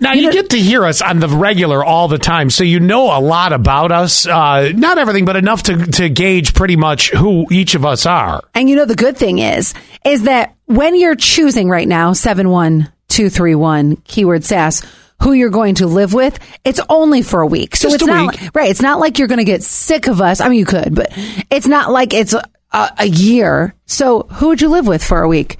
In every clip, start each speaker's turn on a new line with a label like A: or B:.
A: Now you, get to hear us on the regular all the time, so you know a lot about us. Uh, not everything, but enough to to gauge pretty much who each of us are.
B: And you know the good thing is is that when you're choosing right now 71231 keyword sass who you're going to live with, it's only for a week. So
A: Just
B: it's
A: a
B: not
A: week.
B: like- right, it's not like you're going to get sick of us. I mean you could, but it's not like it's a, a, a year. So who would you live with for a week?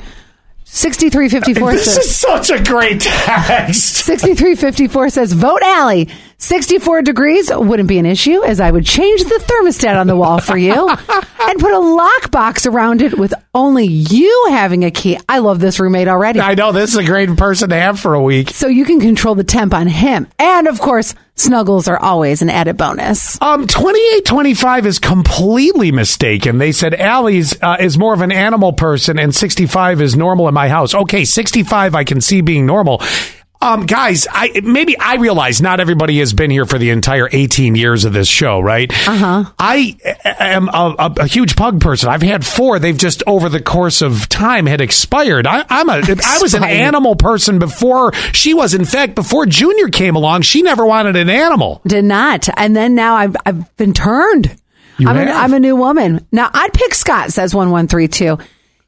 B: 6354
A: This
B: says
A: is such a great text.
B: 6354 says vote Allie. 64 degrees wouldn't be an issue as I would change the thermostat on the wall for you and put a lockbox around it with only you having a key. I love this roommate already.
A: I know this is a great person to have for a week.
B: so you can control the temp on him. And of course, snuggles are always an added bonus.
A: Um, twenty eight twenty five is completely mistaken. They said Allie's uh, is more of an animal person, and sixty five is normal in my house. Okay, sixty five I can see being normal. Um, guys, I maybe I realize not everybody has been here for the entire eighteen years of this show, right? Uh huh. I am a, a, a huge pug person. I've had four. They've just over the course of time had expired. I, I'm a I was an
B: Expired.
A: animal person before she was. In fact, before Junior came along, she never wanted an animal.
B: Did not. And then now I've, I've been turned.
A: You
B: I'm, A,
A: have.
B: I'm a new woman. Now I'd pick Scott, says 1132.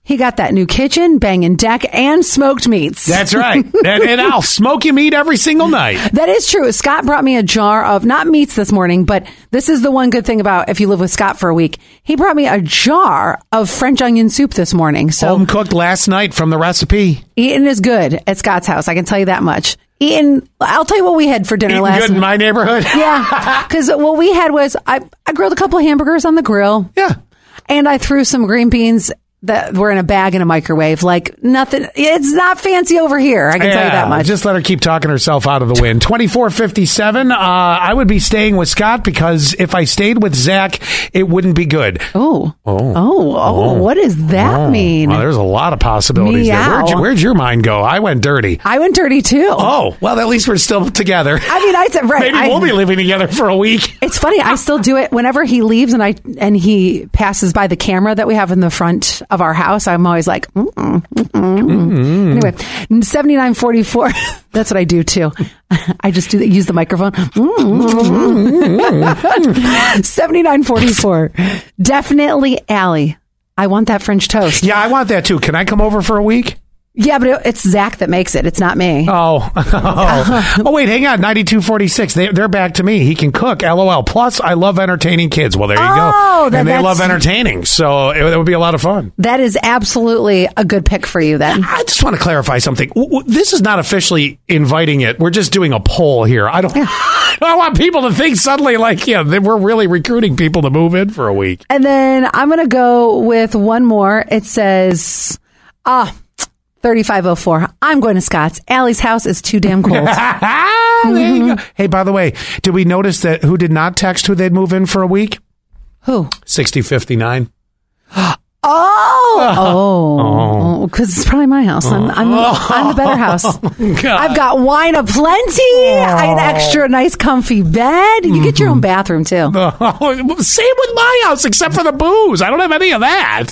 B: He got that new kitchen, banging deck, and smoked meats.
A: That's right. and, and I'll smoke your meat every single night.
B: That is true. Scott brought me a jar of not meats this morning, but this is the one good thing about if you live with Scott for a week. He brought me a jar of French onion soup this morning. So
A: Home Um, cooked last night from the recipe.
B: eating is good at Scott's house. I can tell you that much. Eating, I'll tell you what we had for dinner
A: Eating
B: last
A: good in
B: night.
A: my neighborhood.
B: yeah, because what we had was I, I grilled a couple hamburgers on the grill,
A: yeah.
B: and I threw some green beans that were in a bag in a microwave. Like nothing, it's not fancy over here. I can tell you that much.
A: Just let her keep talking herself out of the wind. 2457. Uh, I would be staying with Scott because if I stayed with Zach, it wouldn't be good.
B: oh, oh, oh, what does that
A: Oh,
B: mean?
A: well, there's a lot of possibilities there. Where'd,
B: Meow.
A: you- where'd your mind go? I went dirty.
B: I went dirty too.
A: Oh, well, at least we're still together.
B: I mean, I said right.
A: Maybe
B: I-
A: we'll be living together for a week.
B: It's funny. I still do it whenever he leaves and I and he passes by the camera that we have in the front of our house. I'm always like, mm-mm,
A: Mm-hmm.
B: mm-mm. anyway, seventy nine forty four. That's what I do too. I just do that, use the microphone. Seventy nine forty four. Definitely, Allie. I want that French toast.
A: Yeah, I want that too. Can I come over for a week?
B: Yeah, but it, it's Zach that makes it. It's not me.
A: Oh, oh, Oh, wait, hang on. 9246. They, they're back to me. He can cook. LOL. Plus, I love entertaining kids. Well, there you
B: Oh,
A: go.
B: then
A: and they
B: that's-
A: love entertaining. So it, it would be a lot of fun.
B: That is absolutely a good pick for you. Then
A: I just want to clarify something. W- w- This is not officially inviting it. We're just doing a poll here. I don't, I don't want people to think suddenly like, yeah, that we're really recruiting people to move in for a week.
B: And then I'm going to go with one more. It says, ah, 3504. I'm going to Scott's. Allie's house is too damn cold.
A: There you go. Hey, by the way, did we notice that who did not text who they'd move in for a week?
B: Who?
A: 6059.
B: Oh, oh, because it's probably my house. I'm, I'm, I'm the better house. I've got wine aplenty. I had an extra nice, comfy bed. You get your own bathroom too.
A: Same with my house, except for the booze. I don't have any of that.